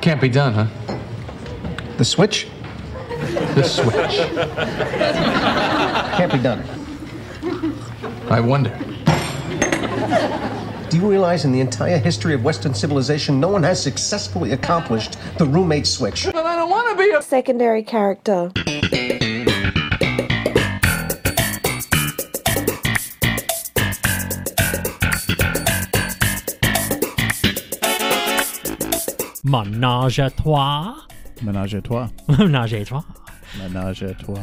Can't be done, huh? The switch The switch. can't be done. I wonder. Do you realize in the entire history of Western civilization, no one has successfully accomplished the roommate switch? But I don't want to be a. Secondary character. Menage à trois. Menage à toi. Menage à trois. Menage à toi.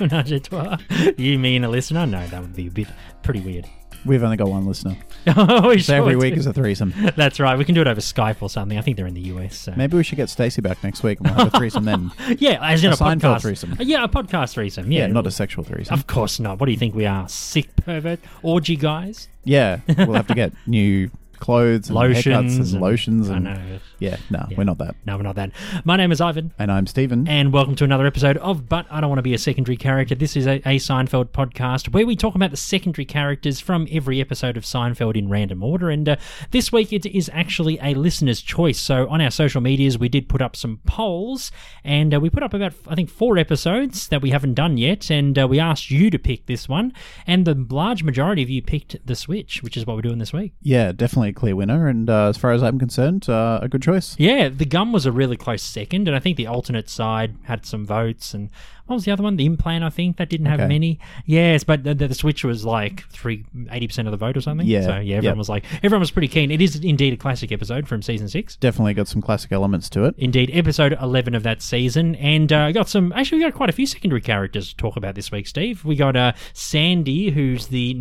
Menage à trois. You mean a listener? No, that would be a bit pretty weird. Oh, We've only got one listener. we So sure every week do. is a threesome. That's right. We can do it over Skype or something. I think they're in the US. So. Maybe we should get Stacy back next week and we'll have a threesome then. Yeah, as in A a, Seinfeld podcast Uh, threesome. Yeah, a podcast threesome. Yeah, Yeah, not a sexual threesome. Of course not. What do you think we are? Sick pervert orgy guys? Yeah, we'll have to get new clothes and Lotions haircuts and and- lotions. I And, know. Yeah, no, Yeah. we're not that. No, we're not that. My name is Ivan. And I'm Stephen. And welcome to another episode of But I Don't Want to Be a Secondary Character. This is a, a Seinfeld podcast where we talk about the secondary characters from every episode of Seinfeld in random order. And uh, this week it is actually a listener's choice. So on our social medias, we did put up some polls and uh, we put up about, I think, four episodes that we haven't done yet. And uh, we asked you to pick this one. And the large majority of you picked The Switch, which is what we're doing this week. yeah, definitely a clear winner. And uh, as far as I'm concerned, uh, a good choice. Yeah, the gum was a really close second, and I think the alternate side had some votes. And what was the other one? The implant, I think that didn't have Okay. many. Yes, but the, the switch was like three eighty percent of the vote or something. Yeah, so yeah, everyone yep. was like, everyone was pretty keen. It is indeed a classic episode from season six. Definitely got some classic elements to it. Indeed, episode eleven of that season, and uh, got some. Actually, we got quite a few secondary characters to talk about this week, Steve. We got uh, Sandy, who's the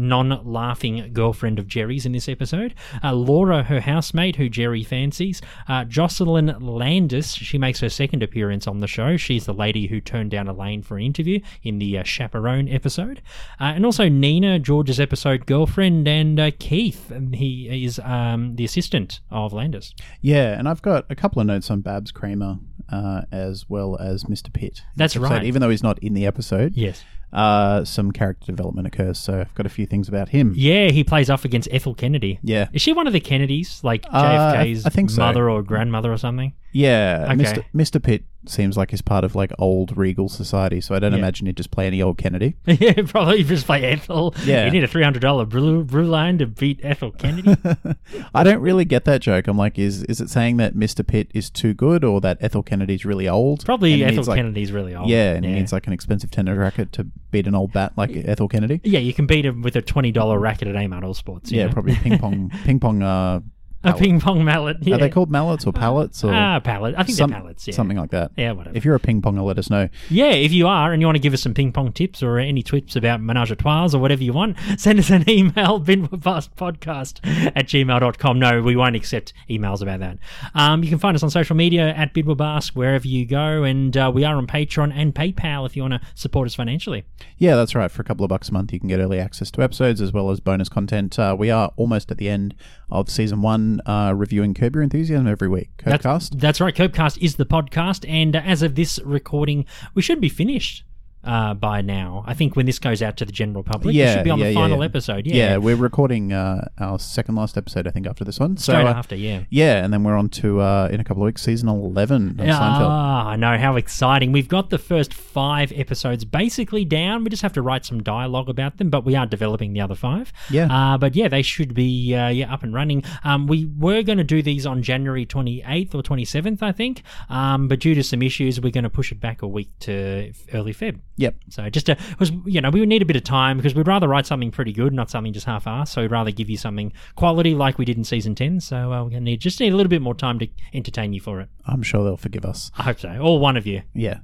non-laughing girlfriend of Jerry's in this episode. Uh, Laura, her housemate, who Jerry fancies. Uh, Jocelyn Landis, she makes her second appearance on the show. She's the lady who turned down Elaine for an interview in the uh, chaperone episode, uh, and also Nina, George's episode girlfriend, and uh, Keith. and He is um, the assistant of Landis. Yeah, and I've got a couple of notes on Babs Kramer uh, as well as Mr. Pitt. in That's this episode, right. Even though he's not in the episode, Yes. uh, some character development occurs. So I've got a few things about him. Yeah, he plays off against Ethel Kennedy. Yeah. Is she one of the Kennedys? Like Uh, I- JFK's I think so. mother or grandmother or something? Yeah, Okay. Mr. Mr. Pitt seems like he's part of like old regal society, so I don't Yeah. imagine he'd just play any old Kennedy. yeah, probably just play Ethel. Yeah. You need a $300 brew, brew line to beat Ethel Kennedy. I don't really get that joke. I'm like, is is it saying that Mr. Pitt is too good, or that Ethel Kennedy's really old? and probably he Ethel needs, like- Kennedy's really old. Yeah, and he needs like an expensive tennis racket to beat an old bat like Ethel Kennedy. Yeah, you can beat him with a $20 racket at Amart All Sports. you Yeah, know? probably ping pong, ping pong. Uh, A ping pong mallet. Yeah. Are they called mallets or pallets or Ah, pallet. I think some- they're pallets, yeah. something like that? Yeah, whatever. If you're a ping ponger, let us know. Yeah, if you are and you want to give us some ping pong tips or any tips about menage a trois or whatever you want, send us an email, binwabastpodcast at gmail.com. No, we won't accept emails about that. Um, you can find us on social media at binwabast, wherever you go, and uh, we are on Patreon and PayPal if you want to support us financially. Yeah, that's right. For a couple of bucks a month, you can get early access to episodes as well as bonus content. Uh, we are almost at the end of season one, uh, reviewing Curb Your Enthusiasm every week. That's, Curbcast. that's right. Copecast is the podcast, and uh, as of this recording, we should be finished. Uh, by now, I think when this goes out to the general public, it should be on the final episode. Yeah, we're recording uh, our second last episode, I think, after this one. So, straight uh, after. Yeah, Yeah, and then we're on to, uh, in a couple of weeks, season 11 of Seinfeld. Ah, I know how exciting. We've got the first five episodes basically down. We just have to write some dialogue about them, but we are developing the other five. Yeah. Uh, but yeah, they should be uh, yeah up and running. Um, we were going to do these on January 28th or 27th, I think. Um, but due to some issues, we're going to push it back a week to f- early Feb. Yep. So just because you know we would need a bit of time because we'd rather write something pretty good, not something just half-assed. So we'd rather give you something quality like we did in season ten. So uh, we're gonna need just need a little bit more time to entertain you for it. I'm sure they'll forgive us. I hope so. All one of you. Yeah.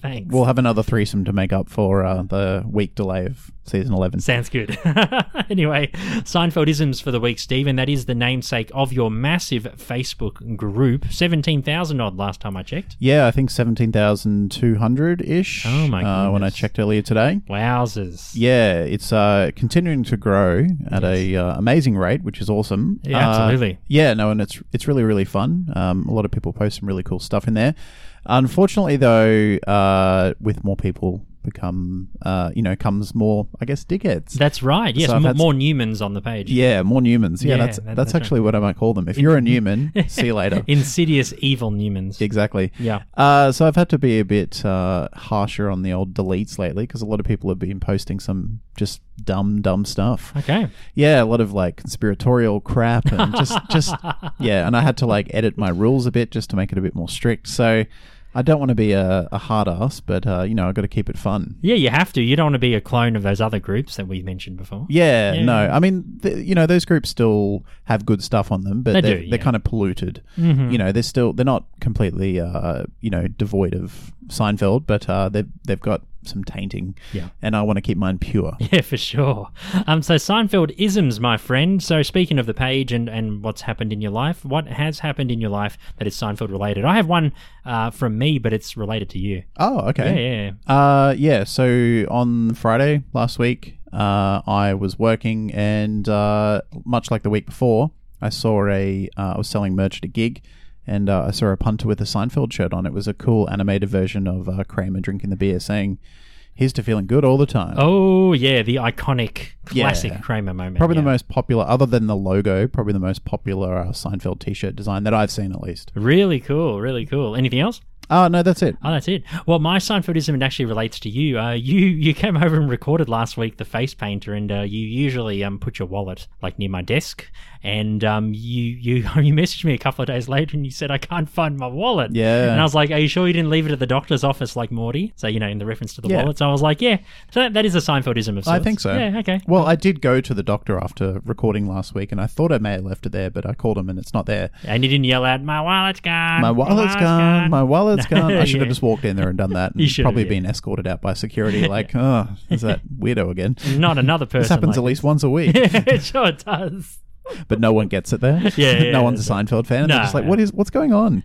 Thanks. we'll have another threesome to make up for uh, the week delay of season 11. Sounds good. anyway, Seinfeldisms for the week, Steve, and that is the namesake of your massive Facebook group. 17,000 odd last time I checked. Yeah, I think 17,200 ish. Oh my Uh, when I goodness. checked earlier today. Wowzers. Yeah, it's uh, continuing to grow at a uh, amazing rate, which is awesome. Yeah, Uh, absolutely. Yeah, no, and it's it's really really fun. Um, a lot of people post some really cool stuff in there. Unfortunately, though, uh, with more people become, uh, you know, comes more, I guess, dickheads. That's right. Yes, So m- I've had s- more Newmans on the page. yeah, more Newmans. Yeah, Yeah, that's that- that's, that's right. actually what I might call them. If you're a Newman, see you later. Insidious evil Newmans. Exactly. Yeah. Uh, so I've had to be a bit uh, harsher on the old deletes lately because a lot of people have been posting some just dumb, dumb stuff. Okay. Yeah, a lot of like conspiratorial crap and just, just yeah. And I had to like edit my rules a bit just to make it a bit more strict. So I don't want to be a, a hard ass, but uh, you know, I've got to keep it fun. Yeah, you have to. You don't want to be a clone of those other groups that we mentioned before. Yeah, no. I mean, th- you know, those groups still have good stuff on them, but They they do, are yeah. Mm-hmm. they're kind of polluted. You know, they're still they're not completely uh, you know devoid of Seinfeld, but uh, they've they've got some tainting. Yeah. and I want to keep mine pure. Yeah, for sure. Um, so Seinfeld isms, my friend. So speaking of the page and, and what's happened in your life, what has happened in your life that is Seinfeld related? I have one uh, from me, but it's related to you. Oh, okay. Yeah, yeah, yeah. Uh, yeah. So on Friday last week, uh, I was working, and uh, much like the week before, I saw a. Uh, I was selling merch at a gig, and uh, I saw a punter with a Seinfeld shirt on. It was a cool animated version of uh, Kramer drinking the beer, saying, "Here's to feeling good all the time." Oh, yeah, the iconic, classic Yeah. Kramer moment. Probably the yeah. most popular, other than the logo, probably the most popular uh, Seinfeld T-shirt design that I've seen, at least. Really cool, really cool. Anything else? Oh no, that's it. Oh, that's it. Well, my Seinfeldism it actually relates to you. Uh, you you came over and recorded last week the face painter, and uh, you usually um put your wallet like near my desk, and um you you you messaged me a couple of days later and you said I can't find my wallet. Yeah. And I was like, Are you sure you didn't leave it at the doctor's office like Morty? So you know, in the reference to the Yeah. wallet. So I was like, Yeah. So that, that is a Seinfeldism of sorts. I think so. Yeah. Okay. Well, I did go to the doctor after recording last week, and I thought I may have left it there, but I called him, and it's not there. And you didn't yell out, "My wallet's gone. My wallet's gone. My wallet's gone. I should Yeah. have just walked in there and done that. And You should have, probably yeah. been escorted out by security. Like, oh, is that weirdo again? Not another person. This happens at like- least once a week, it sure does. but no one gets it there. Yeah, yeah, no one's a Seinfeld fan. No, They're just like, no. what is what's going on?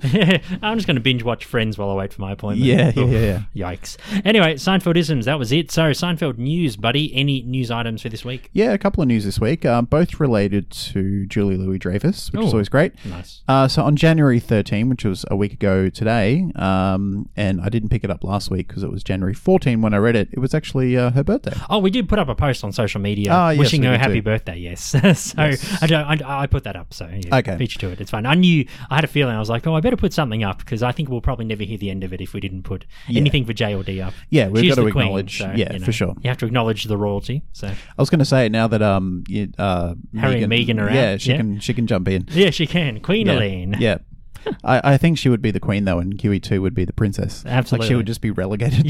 I'm just going to binge watch Friends while I wait for my appointment. Yeah, yeah, Oof. yeah, Yikes. Anyway, Seinfeldisms, that was it. So, Seinfeld news, buddy. Any news items for this week? Yeah, a couple of news this week, uh, both related to Julie Louis Dreyfus, which Oh, is always great. nice. Uh, so on January 13, which was a week ago today, um, and I didn't pick it up last week because it was January 14 when I read it. It was actually uh, her birthday. Oh, we did put up a post on social media Ah, yes, wishing we her did happy too. birthday. Yes, so I, don't, I, I put that up. So yeah, Okay. feature to it. It's fine. I knew I had a feeling. I was like, oh, I better put something up because I think we'll probably never hear the end of it if we didn't put anything for J or D up. Yeah, we've She's got to the queen, acknowledge- so, yeah, you know, for sure. You have to acknowledge the royalty. So I was going to say now that um, you- uh, Harry and Meghan are out, yeah, she yeah. can she can jump in. yeah, she can. Queen Yeah. Elaine. Yeah. I, I think she would be the queen though, and Kiwi two would be the princess. Absolutely. like she would just be relegated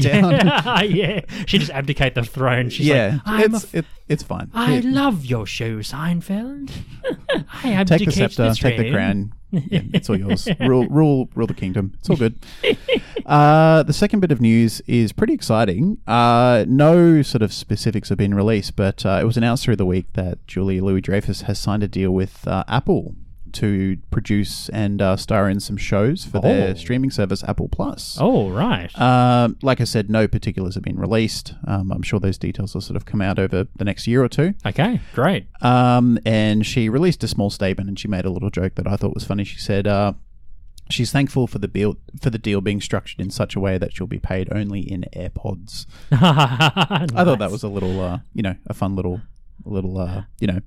down. yeah, she just abdicate the throne. She's yeah, like, I'm a it's it, it's fine. I Yeah. love your show, Seinfeld. I abdicate take the scepter, take the throne. crown. Yeah, it's all yours. rule, rule, rule the kingdom. It's all good. Uh, the second bit of news is pretty exciting. Uh, no sort of specifics have been released, but uh, it was announced through the week that Julie Louis Dreyfus has signed a deal with uh, Apple to produce and uh, star in some shows for Oh. their streaming service, Apple Plus. Oh right. Um, like I said, no particulars have been released. Um, I'm sure those details will sort of come out over the next year or two. okay, great. Um, and she released a small statement, and she made a little joke that I thought was funny. She said, uh, "She's thankful for the bill for the deal being structured in such a way that she'll be paid only in AirPods." I thought that was a little, uh, you know, a fun little, little, uh, you know,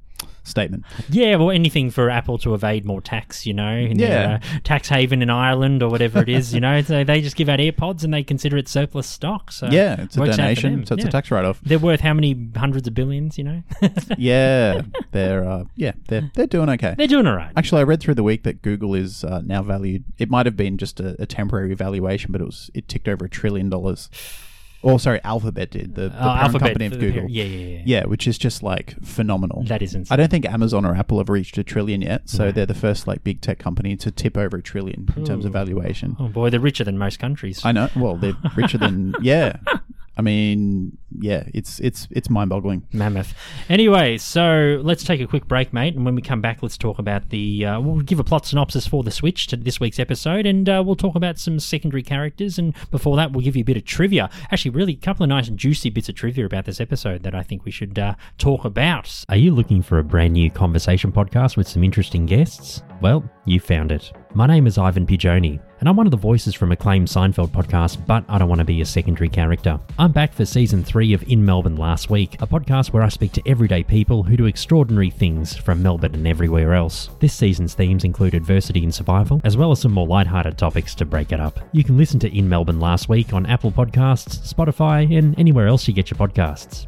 statement. yeah, well, anything for Apple to evade more tax, you know, in their, Yeah. uh, tax haven in Ireland or whatever it is, you know. So they just give out AirPods and they consider it surplus stock. So Yeah, it's a works out for donation, them, so it's yeah. a tax write-off. They're worth how many hundreds of billions, you know? yeah, they're, uh, yeah, they're they're doing okay. They're doing all right. Actually, I read through the week that Google is uh, now valued. It might have been just a, a temporary valuation, but it was it ticked over a trillion dollars. Or sorry, Alphabet did the, the Oh, parent Alphabet company of for the Google. parent- yeah, yeah, yeah. which is just like phenomenal. That is insane. I don't think Amazon or Apple have reached a trillion yet, so they're the first like big tech company to tip over a trillion in terms of valuation. Oh boy, they're richer than most countries. I know. Well, they're richer than yeah. I mean, yeah, it's it's it's mind boggling. Mammoth. Anyway, so let's take a quick break, mate, and when we come back, let's talk about the. Uh, we'll give a plot synopsis for the Switch to this week's episode, and uh, we'll talk about some secondary characters. And before that, we'll give you a bit of trivia. Actually, really, a couple of nice and juicy bits of trivia about this episode that I think we should uh, talk about. Are you looking for a brand new conversation podcast with some interesting guests? Well, you found it. My name is Ivan Pigioni. and I'm one of the voices from acclaimed Seinfeld podcast, but I don't want to be a secondary character. I'm back for season three of In Melbourne Last Week, a podcast where I speak to everyday people who do extraordinary things from Melbourne and everywhere else. This season's themes include adversity and survival, as well as some more lighthearted topics to break it up. You can listen to In Melbourne Last Week on Apple Podcasts, Spotify, and anywhere else you get your podcasts.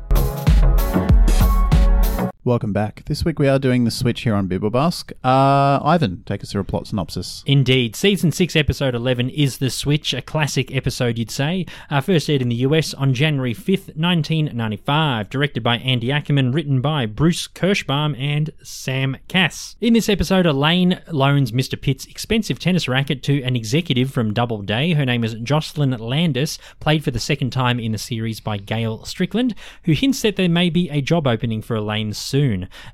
Welcome back. This week we are doing the switch here on Bibblebask. Uh, Ivan, take us through a plot synopsis. Indeed. Season 6, Episode 11 is The Switch, a classic episode, you'd say. Uh, first aired in the US on January 5th, 1995. Directed by Andy Ackerman, written by Bruce Kirschbaum and Sam Cass. In this episode, Elaine loans Mr. Pitt's expensive tennis racket to an executive from Doubleday. Her name is Jocelyn Landis, played for the second time in the series by Gail Strickland, who hints that there may be a job opening for Elaine soon.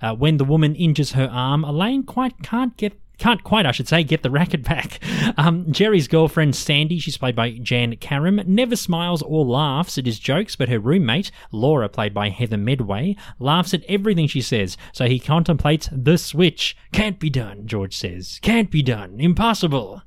Uh, when the woman injures her arm, Elaine quite can't get can't quite, I should say, get the racket back. Um, Jerry's girlfriend, Sandy, she's played by Jan Karam, never smiles or laughs at his jokes, but her roommate, Laura, played by Heather Medway, laughs at everything she says, so he contemplates the switch. Can't be done, George says. Can't be done. Impossible.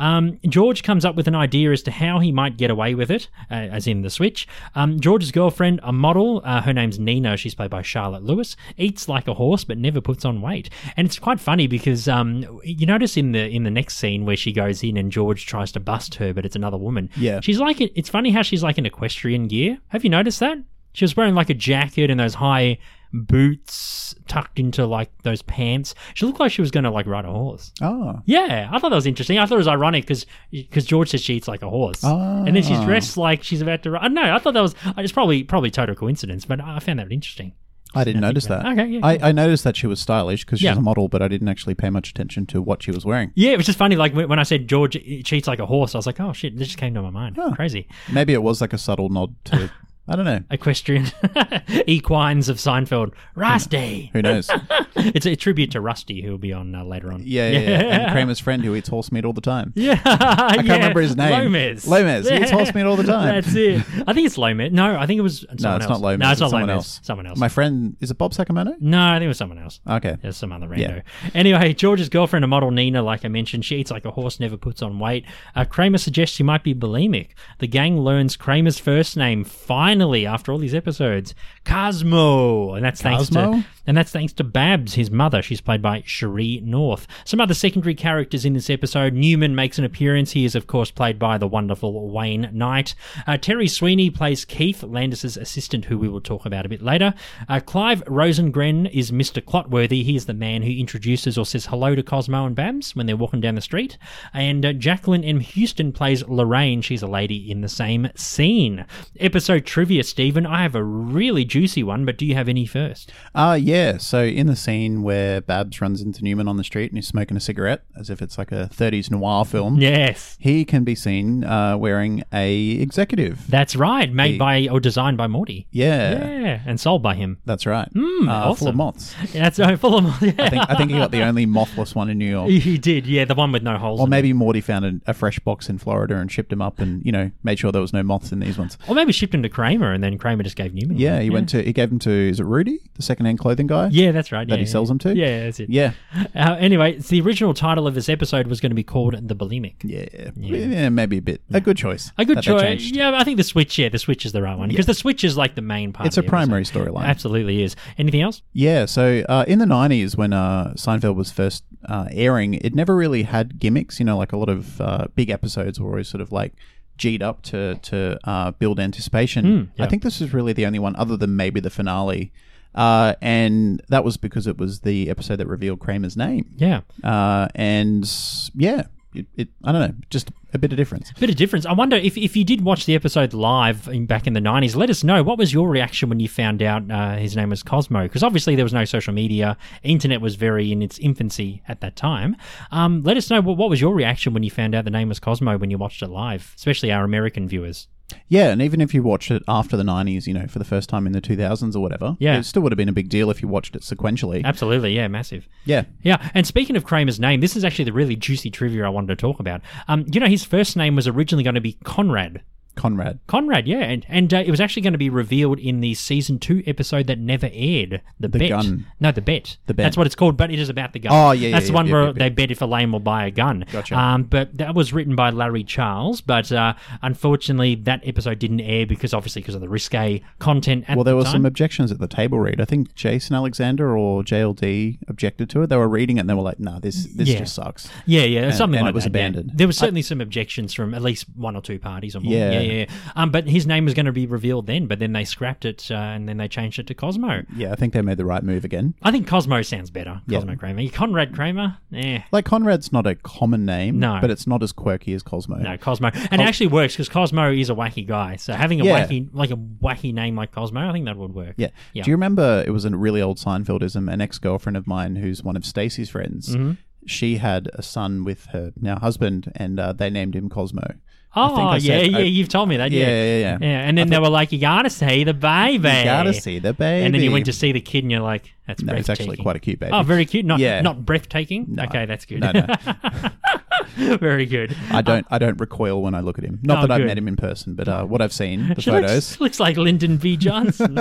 Um, George comes up with an idea as to how he might get away with it, uh, as in the switch. Um, George's girlfriend, a model, uh, her name's Nina, she's played by Charlotte Lewis, eats like a horse but never puts on weight. And it's quite funny because um, you notice in the in the next scene where she goes in and George tries to bust her, but it's another woman. Yeah. she's like it's funny how she's like in equestrian gear. Have you noticed that? She was wearing like a jacket and those high boots tucked into like those pants. She looked like she was going to like ride a horse. Oh, Yeah, I thought that was interesting. I thought it was ironic because George says she eats like a horse, and then Ah. she's dressed like she's about to. ri- I don't know. I thought that was uh, it's probably probably total coincidence, but I found that interesting. I didn't notice that. about it. Okay, yeah, I, I noticed that she was stylish because she's Yeah. a model, but I didn't actually pay much attention to what she was wearing. Yeah, it was just funny. Like when when I said George cheats like a horse, I was like, oh shit, this just came to my mind. Crazy. Maybe it was like a subtle nod to, I don't know, Equestrian equines of Seinfeld. Rusty. who knows? It's a tribute to Rusty, who'll be on uh, later on. Yeah, yeah, yeah. And Kramer's friend who eats horse meat all the time. Yeah, I can't remember his name. Lomas. Lomas. He eats horse meat all the time. That's it. I think it's Lomas. No, I think it was someone No, it's else. not Lomas. No, it's, not someone Lomas. else. Someone else. Mm. My friend, is it Bob Sacramento? No, I think it was someone else. Okay. There's some other rando. Anyway, George's girlfriend, a model Nina, like I mentioned, she eats like a horse, never puts on weight. Uh, Kramer suggests she might be bulimic. The gang learns Kramer's first name finally after all these episodes, Cosmo, and that's Cosmo? thanks to and that's thanks to Babs, his mother. She's played by Cherie North. Some other secondary characters in this episode. Newman makes an appearance. He is, of course, played by the wonderful Wayne Knight. Uh, Terry Sweeney plays Keith, Landis's assistant, who we will talk about a bit later. Uh, Clive Rosengren is Mr. Clotworthy. He is the man who introduces or says hello to Cosmo and Babs when they're walking down the street. And uh, Jacqueline M. Houston plays Lorraine. She's a lady in the same scene. Episode trivia, Stephen. I have a really juicy one, but do you have any first? Uh, yeah. So in the scene where Babs runs into Newman on the street and he's smoking a cigarette as if it's like a 30s noir film, Yes. he can be seen uh, wearing a executive. That's right, made by or designed by Morty. yeah. Yeah, and sold by him. That's right. Mm, uh, Full of awesome. moths. I Yeah, That's right, full of. Yeah. think, I think he got the only mothless one in New York. he did, yeah, the one with no holes. Or in it. maybe Morty found an, a fresh box in Florida and shipped him up, and you know made sure there was no moths in these ones. or maybe shipped him to Kramer, and then Kramer just gave Newman. Yeah, one. he went to he gave him to is it Rudy, the secondhand clothing guy? Yeah, that's right. that yeah, he sells yeah. them to. Yeah, that's it. yeah, Uh, anyway, it's the original title of this episode was going to be called "The Bulimic." yeah, Yeah, Maybe a bit. A good choice. A good that they choice. changed. Yeah, I think the switch. Yeah, the switch is the right one because the switch is like the main part. It's of a the episode. primary storyline. Absolutely is. Anything else? Yeah, so uh, in the 90s, when uh, Seinfeld was first uh, airing, it never really had gimmicks. You know, like a lot of uh, big episodes were always sort of like G'd up to, to uh, build anticipation. I think this is really the only one, other than maybe the finale. Uh, and that was because it was the episode that revealed Kramer's name. Yeah. Uh, and yeah, it, it, I don't know, just a bit of difference. Bit of difference. I wonder if, if you did watch the episode live in, back in the 90s, let us know what was your reaction when you found out uh, his name was Cosmo? Because obviously there was no social media, internet was very in its infancy at that time. Um, let us know what, what was your reaction when you found out the name was Cosmo when you watched it live, especially our American viewers. Yeah, and even if you watched it after the 90s, you know, for the first time in the 2000s or whatever, Yeah. it still would have been a big deal if you watched it sequentially. Absolutely, yeah, massive. yeah. Yeah, and speaking of Kramer's name, this is actually the really juicy trivia I wanted to talk about. Um, you know, his first name was originally going to be Conrad. Conrad. Conrad, yeah, and and uh, it was actually going to be revealed in the season two episode that never aired. The, bet, gun. no, the bet, The bet. That's what it's called, but it is about the gun. Oh, yeah, yeah, that's the yeah, one yeah, where yeah, yeah. they bet if a lame will buy a gun. Gotcha. Um, but that was written by Larry Charles, but uh, unfortunately that episode didn't air because obviously because of the risque content. At Well, the there were time. some objections at the table read. I think Jason Alexander or JLD objected to it. They were reading it and they were like, "Nah, this this Yeah. just sucks." Yeah, yeah, something and like it was that, yeah. abandoned. There was certainly some objections from at least one or two parties or more. Yeah. yeah, yeah. Um, but his name was going to be revealed then, but then they scrapped it uh, and then they changed it to Cosmo. Yeah, I think they made the right move again. I think Cosmo sounds better. Yeah. Cosmo Kramer, Conrad Kramer, Eh, yeah. Like Conrad's not a common name, No. but it's not as quirky as Cosmo. No, Cosmo, and it actually works because Cosmo is a wacky guy. So having a Oh. Yeah. wacky, like a wacky name like Cosmo, I think that would work. Yeah. yeah. Do you remember it was a really old Seinfeldism? An ex girlfriend of mine, who's one of Stacy's friends, Mm-hmm. she had a son with her now husband, and uh, they named him Cosmo. I think oh I yeah, said- yeah. I- you've told me that. Yeah, Yeah, yeah, yeah. and then they were like, "You gotta see the baby. You gotta see the baby. And then you went to see the kid, and you're like, "That's No, it's breathtaking." actually quite a cute baby. Oh, very cute. Not Yeah. not breathtaking. Okay, that's good. No, no. very good. I don't. I don't recoil when I look at him. Not Oh, that good. I've met him in person, but uh, what I've seen, the She photos. looks, looks like Lyndon B. Johnson.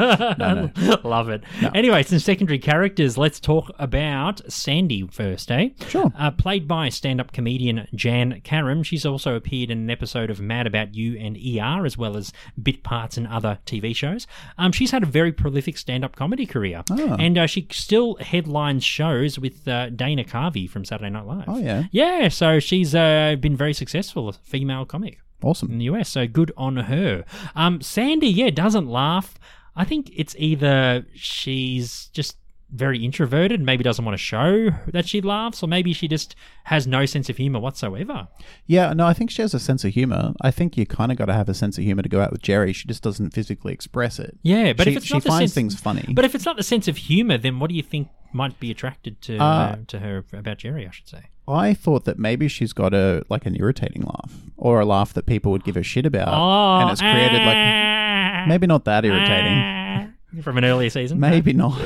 Love it. Anyway, some secondary characters. Let's talk about Sandy first, eh? Sure. Uh, played by stand up comedian Jan Karam. She's also appeared in an episode of Mad About You and ER, as well as bit parts in other TV shows. Um, she's had a very prolific stand up comedy career. Ah. And uh, she still headlines shows with uh, Dana Carvey from Saturday Night Live. Oh, yeah. Yeah, so she's uh, been very successful, a female comic in Awesome. the US. So good on her. Um, Sandy, yeah, doesn't laugh. I think it's either she's just very introverted, maybe doesn't want to show that she laughs, or maybe she just has no sense of humor whatsoever. Yeah. No, I think she has a sense of humor. I think you kind of got to have a sense of humor to go out with Jerry. She just doesn't physically express it. Yeah, but she, if it's she not the finds sense- things funny. But if it's not the sense of humor, then what do you think might be attracted to uh, to her about Jerry? I should say. I thought that maybe she's got a like an irritating laugh or a laugh that people would give a shit about, Oh, Eh. and it's created like maybe not that irritating, from an earlier season. maybe not.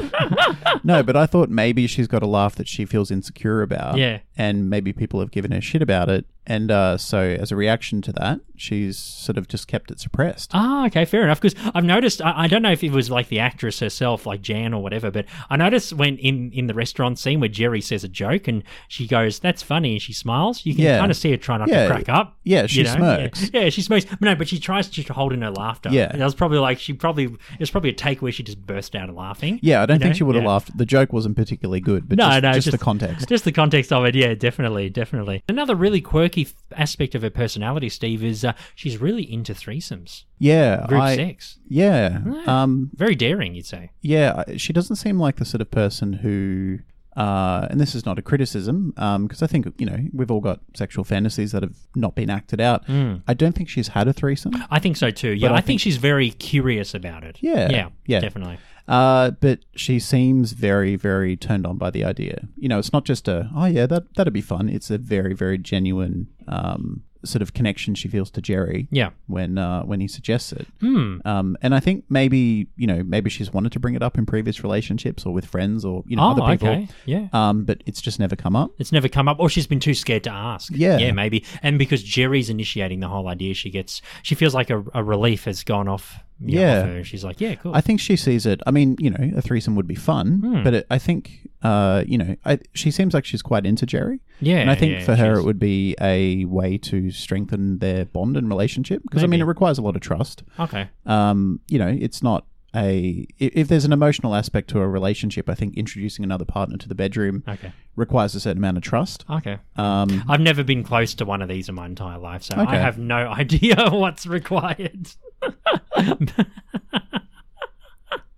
no, but I thought maybe she's got a laugh that she feels insecure about, Yeah. and maybe people have given her shit about it, and uh, so as a reaction to that, she's sort of just kept it suppressed. Ah, okay, fair enough. Because I've noticed, I, I don't know if it was like the actress herself, like Jan or whatever, but I noticed when in, in the restaurant scene where Jerry says a joke and she goes, "That's funny," and she smiles. You can Yeah. kind of see her try not Yeah. to crack up. Yeah, she you know? Yeah. smirks. Yeah. she smirks. No, but she tries to hold in her laughter. Yeah. and that was probably like she probably it was probably a take where she just burst out laughing. Yeah, I don't You think know? she would have Yeah. laughed. The joke wasn't particularly good, but No, just, no, just the context. Just the context of it, yeah, definitely, definitely. Another really quirky f- aspect of her personality, Steve, is uh, she's really into threesomes, Yeah, group I, sex, yeah, um, very daring, you'd say. yeah, I- she doesn't seem like the sort of person who, uh, and this is not a criticism, because I think you know we've all got sexual fantasies that have not been acted out. Hmm. I don't think she's had a threesome, I think so too. Yeah, But I, I think, think- she's very curious about it. Yeah, yeah, yeah. definitely. uh, but she seems very, very turned on by the idea. You know, it's not just a oh yeah that that'd be fun. It's a very, very genuine um, sort of connection she feels to Jerry. Yeah, Hmm. When uh, when he suggests it, um, and I think maybe you know maybe she's wanted to bring it up in previous relationships or with friends or you know Oh, other people, okay. Yeah. um, but it's just never come up. it's never come up, or she's been too scared to ask. Yeah. yeah, maybe. And because Jerry's initiating the whole idea, she gets she feels like a, a relief has gone off. you know, Yeah. off her. and she's like, yeah, cool. I think she sees it. I mean, you know, a threesome would be fun, Hmm. but it, I think, uh, you know, I, she seems like she's quite into Jerry. Yeah, and I think yeah, for her she's- it would be a way to strengthen their bond and relationship because I mean Maybe. it requires a lot of trust. okay. Um, you know, it's not a i- if there's an emotional aspect to a relationship. I think introducing another partner to the bedroom Okay. requires a certain amount of trust. Okay. Um, I've never been close to one of these in my entire life, so I Okay. have no idea what's required.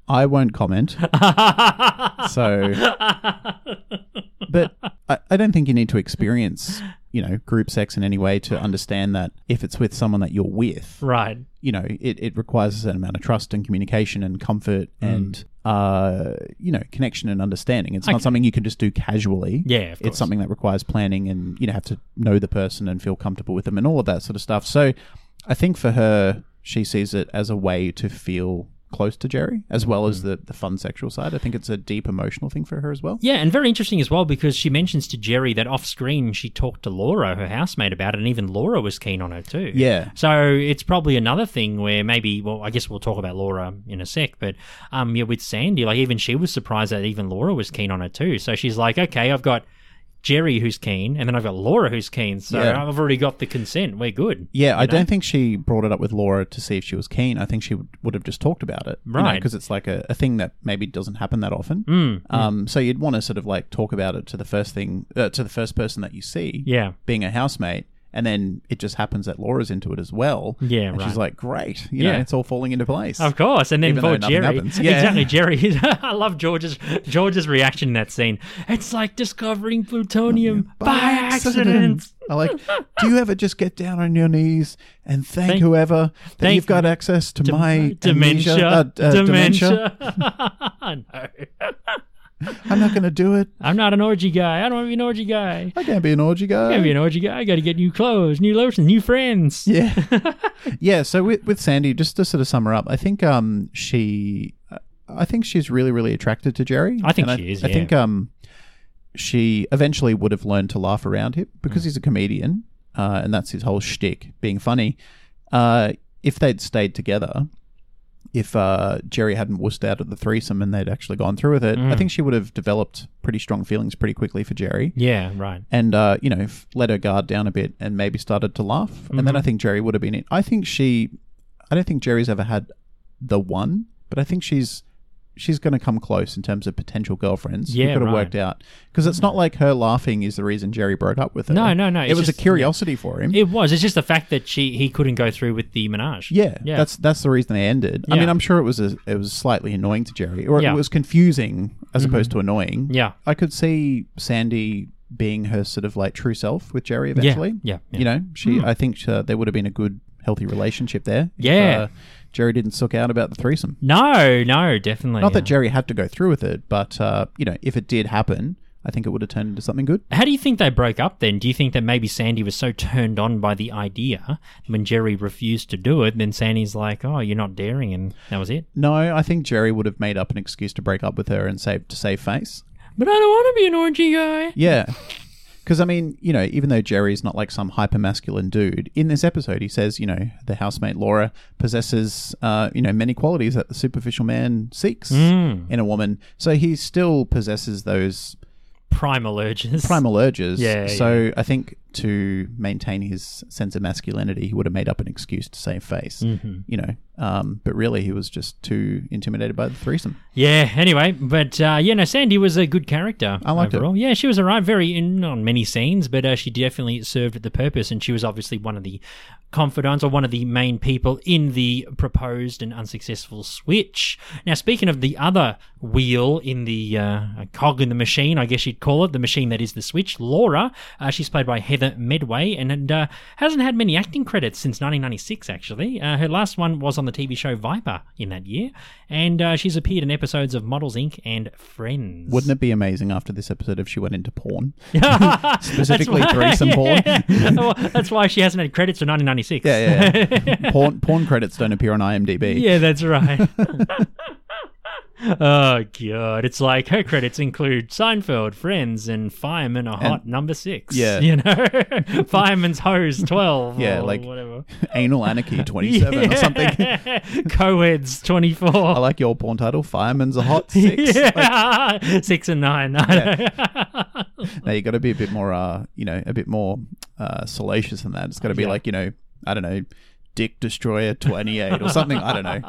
I won't comment. so, but I, I don't think you need to experience, you know, group sex in any way to understand that if it's with someone that you're with, right. you know, it, it requires a certain amount of trust and communication and comfort Mm. and, uh, you know, connection and understanding. It's not something you can just do casually. Yeah, of course. it's something that requires planning and, you know, have to know the person and feel comfortable with them and all of that sort of stuff. So I think for her, she sees it as a way to feel close to Jerry, as well Mm. as the, the fun sexual side. I think it's a deep emotional thing for her as well. Yeah, and very interesting as well because she mentions to Jerry that off screen she talked to Laura, her housemate, about it, and even Laura was keen on her too. Yeah. So it's probably another thing where maybe, well, I guess we'll talk about Laura in a sec, but um, yeah, with Sandy, like even she was surprised that even Laura was keen on her too. So she's like, okay, I've got Jerry who's keen, and then I've got Laura who's keen. So Yeah. I've already got the consent. We're good. Yeah, I don't think she brought it up with Laura to see if she was keen. I think she would, would have just talked about it, Right. Hmm, Because it's like a, a thing that maybe doesn't happen that often. Um, so you'd want to sort of like talk about it to the first thing uh, to the first person that you see. Yeah. being a housemate, and then it just happens that Laura's into it as well. Yeah, and right. she's like, great, you know, Yeah. it's all falling into place. Of course, and then Even poor though nothing Jerry. happens. Yeah. Exactly, Jerry. I love George's George's reaction in that scene. It's like discovering plutonium by, accident. I like. Do you ever just get down on your knees and thank, Thank- whoever that thank- you've got access to my Dementia, amnesia- uh, uh, dementia? dementia. no, I'm not going to do it. I'm not an orgy guy. I don't want to be an orgy guy. I can't be an orgy guy. I want to be an orgy guy. I got to get new clothes, new lotions, new friends. Yeah. yeah. So with, with Sandy, just to sort of sum her up, I think um she, I think she's really really attracted to Jerry. I think And she is, I yeah. think um she eventually would have learned to laugh around him because Mm. he's a comedian, uh, and that's his whole shtick, being funny. Uh, if they'd stayed together. If uh, Jerry hadn't wussed out at the threesome and they'd actually gone through with it, Mm. I think she would have developed pretty strong feelings pretty quickly for Jerry Yeah, right. and uh, you know f- let her guard down a bit and maybe started to laugh and Mm-hmm. then i think jerry would have been in i think she i don't think jerry's ever had the one but i think she's she's going to come close in terms of potential girlfriends Yeah, could have right. Mm. worked out because it's not like her laughing is the reason jerry broke up with her No, no, no, it it's was just- a curiosity for him It was. It's just the fact that she he couldn't go through with the menage. yeah, yeah. that's that's the reason they ended. I Yeah. mean, I'm sure it was a, it was slightly annoying to Jerry, or Yeah. Mm-hmm. it was confusing as opposed to annoying. Yeah. I could see Sandy being her sort of like true self with Jerry eventually. yeah, yeah. Hmm. You know, she. I think she, there would have been a good, healthy relationship there. if, Yeah. uh, Jerry didn't suck out about the threesome. no, no, definitely Not that yeah. Jerry had to go through with it, but uh, you know, if it did happen, I think it would have turned into something good. How do you think they broke up then? Do you think that maybe Sandy was so turned on by the idea when Jerry refused to do it, then Sandy's like, "Oh, you're not daring," and that was it. No, I think Jerry would have made up an excuse to break up with her and save to save face. But I don't want to be an orgy guy. Yeah. Because, I mean, you know, even though Jerry's not like some hyper masculine dude, in this episode, he says, you know, the housemate Laura possesses, uh, you know, many qualities that the superficial man seeks Hmm. in a woman. So he still possesses those Primal urges. primal urges. Yeah, So I think to maintain his sense of masculinity, he would have made up an excuse to save face, Mm-hmm. you know. Um, but really, he was just too intimidated by the threesome. Yeah. Anyway, but uh, yeah, no, Sandy was a good character. I liked her. overall. Yeah, she was alright. Very in on many scenes, but uh, she definitely served the purpose, and she was obviously one of the confidants or one of the main people in the proposed and unsuccessful switch. Now, speaking of the other wheel in the uh, cog in the machine, I guess you'd call it the machine that is the switch. Laura, uh, she's played by Heather Medway, and, and uh, hasn't had many acting credits since 1996. Actually, uh, her last one was on the TV show Viper in that year, and uh, she's appeared in episodes of Models Inc. and Friends. Wouldn't it be amazing after this episode if she went into porn? That's Specifically, why- threesome porn. yeah. Well, that's why she hasn't had credits for 1996. Yeah, yeah. yeah. porn, porn credits don't appear on IMDb. Yeah, that's right. oh god, it's like her credits include Seinfeld, Friends, and Fireman a Hot Number Six. Yeah. you know, Fireman's Hose Twelve. Yeah, or like whatever. Anal Anarchy 27 or something. Coeds Twenty I Four. like your porn title, Fireman's a Hot Six. Yeah, six and nine. Now, you got to be a bit more, uh, you know, a bit more uh, salacious than that. It's got to be like, you know, I don't know, Dick Destroyer 28 or something. I don't know.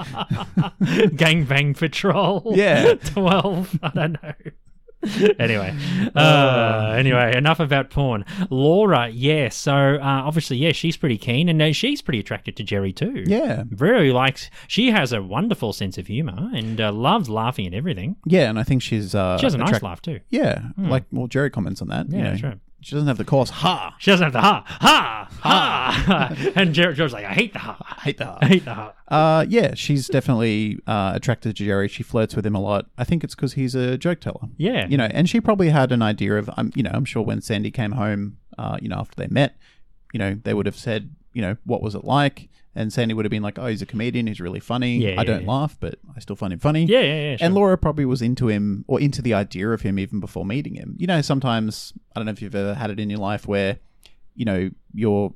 Gangbang Patrol. Yeah. 12. I don't know. anyway, uh, anyway, enough about porn. Laura, yeah. So uh, obviously, yeah, she's pretty keen, and uh, she's pretty attracted to Jerry too. Yeah. really likes. She has a wonderful sense of humor and uh, loves laughing at everything. Yeah, and I think she's. Uh, She has a nice attract- laugh too. Yeah. Like, well, Jerry comments on that. you Yeah, know. that's right. She doesn't have the course. Ha! She doesn't have the ha ha ha, and Jerry, George's like, I hate the ha, I Hate the ha. hate the ha. Uh, yeah, she's definitely uh, attracted to Jerry. She flirts with him a lot. I think it's because he's a joke teller. Yeah. you know, and she probably had an idea of, um, you know, I'm sure when Sandy came home, uh, you know, after they met, you know, they would have said, you know, what was it like? And Sandy would have been like, "Oh, he's a comedian. He's really funny. Yeah, I yeah, don't yeah. laugh, but I still find him funny." Yeah, yeah, yeah, sure. And Laura probably was into him or into the idea of him even before meeting him. You know, sometimes I don't know if you've ever had it in your life where, you know, your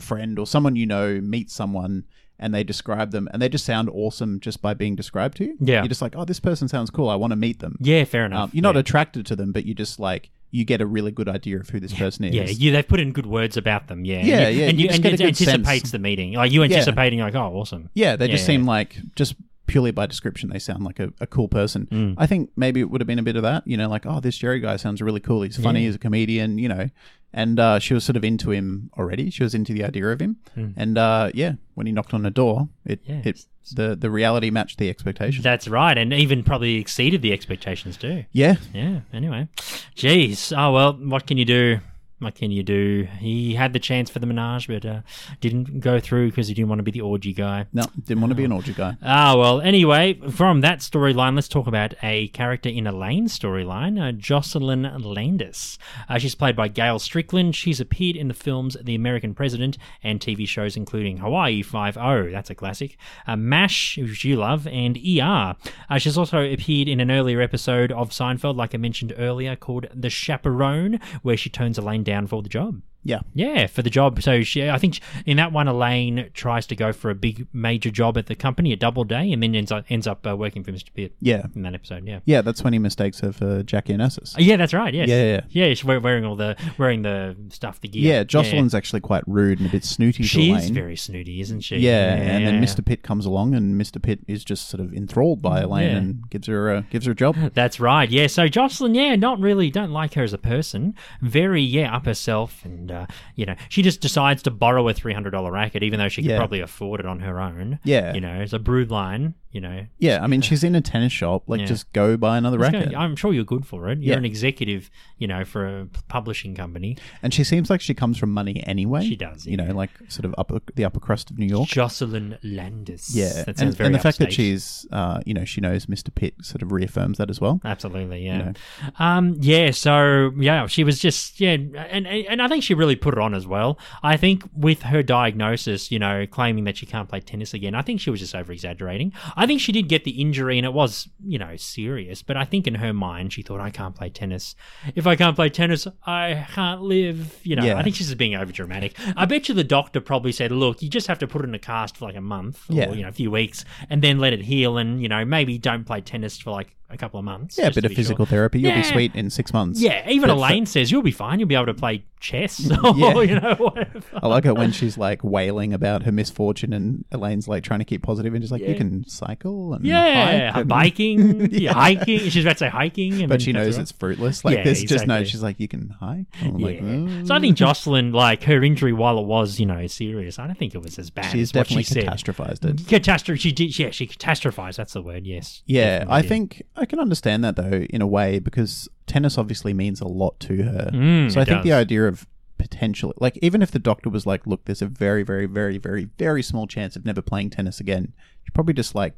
friend or someone you know meets someone and they describe them and they just sound awesome just by being described to you. Yeah. You're just like, oh, this person sounds cool. I want to meet them. Yeah, fair enough. Um, you're not attracted to them, but you just like you get a really good idea of who this person is. Yeah, you, they've put in good words about them. Yeah, Yeah, and you, yeah, And, you you, just and get a it good anticipates sense. the meeting. Like you Yeah. anticipating, like oh, awesome. Yeah, they just Yeah. seem like just purely by description, they sound like a, a cool person. I think maybe it would have been a bit of that, you know, like oh, this Jerry guy sounds really cool. He's funny. He's a comedian, you know. And uh, she was sort of into him already. She was into the idea of him. And uh, yeah, when he knocked on the door, it, Yeah. it the the reality matched the expectation. That's right, and even probably exceeded the expectations too. yeah, Yeah. Anyway, jeez. Oh well, what can you do? What can you do? He had the chance for the menage, but uh, didn't go through because he didn't want to be the orgy guy. no, didn't want to be an orgy guy. Ah, well, anyway, from that storyline, let's talk about a character in a Lane storyline, uh, Jocelyn Landis. Uh, she's played by Gail Strickland. She's appeared in the films The American President and TV shows including Hawaii 5 0, that's a classic, uh, MASH, which you love, and ER. Uh, she's also appeared in an earlier episode of Seinfeld, like I mentioned earlier, called The Chaperone, where she turns Elaine down for the job. Yeah, Yeah, for the job. So she, I think in that one, Elaine tries to go for a big major job at the company, a double day, and then ends up, ends up uh, working for Mr. Pitt yeah, in that episode. Yeah. yeah. That's when he mistakes her for Jackie Onassis. Uh, Yeah, that's right. Yes. Yeah, yeah, yeah. She's wear- wearing all the wearing the stuff, the gear. Yeah, Jocelyn's actually quite rude and a bit snooty. to She is Elaine. very snooty, isn't she? Yeah, and then Yeah. Mm, Mr. Pitt comes along, and Mr. Pitt is just sort of enthralled by Elaine Yeah. and gives her a gives her a job. That's right. Yeah. So Jocelyn, yeah, not really, don't like her as a person. Very, yeah, up herself. And, uh, you know, she just decides to borrow a $300 racket, even though she could Yeah. probably afford it on her own. Yeah. You know, it's a brood line, you know. Yeah, I mean she's in a tennis shop. Like, Yeah. just go buy another It's racket. going- I'm sure you're good for it. You're Yeah. an executive, you know, for a p- publishing company. and she seems like she comes from money anyway. She does, You know, like sort of upper the upper crust of New York. Jocelyn Landis. yeah, that sounds and, very and the fact that upstate. she's, uh, you know, she knows Mr. Pitt sort of reaffirms that as well. Uh, Absolutely, yeah, um, yeah. So yeah, she was just yeah, and and I think she really put it on as well. I think with her diagnosis, you know, claiming that she can't play tennis again, I think she was just over exaggerating. I think she did get the injury, and it was you know serious. But I think in her mind, she thought, "I can't play tennis. If I can't play tennis, I can't live." You know, Yeah. I think she's just being over dramatic. I bet you the doctor probably said, "Look, you just have to put it in a cast for like a month, or Yeah. you know, a few weeks, and then let it heal, and you know, maybe don't play tennis for like." A couple of months. Yeah, a just bit to of be physical sure. therapy. You'll Yeah. be sweet in six months. Yeah, even But- Elaine says you'll be fine. You'll be able to play chess, or Yeah. you know, whatever. I like it when she's like wailing about her misfortune, and Elaine's like trying to keep positive, and just like you can cycle and Yeah, hike and- biking, yeah. hiking. She's about to say hiking, and then but she that's knows all. it's fruitless. Like Yeah, there's just no. exactly. She's like, you can hike. I'm like, Yeah. "Mm." So I think Jocelyn, like her injury, while it was you know serious, I don't think it was as bad. she's as what definitely she said. Mm-hmm. catastrophized it. Catastrophe. She did. Yeah, she catastrophized. That's the word. Yes. Yeah, Definitely I did. think I can understand that though in a way because tennis obviously means a lot to her. Mm, so I it think the does. idea of potential, like even if the doctor was like, look, there's a very, very, very, very, very small chance of never playing tennis again, she probably just like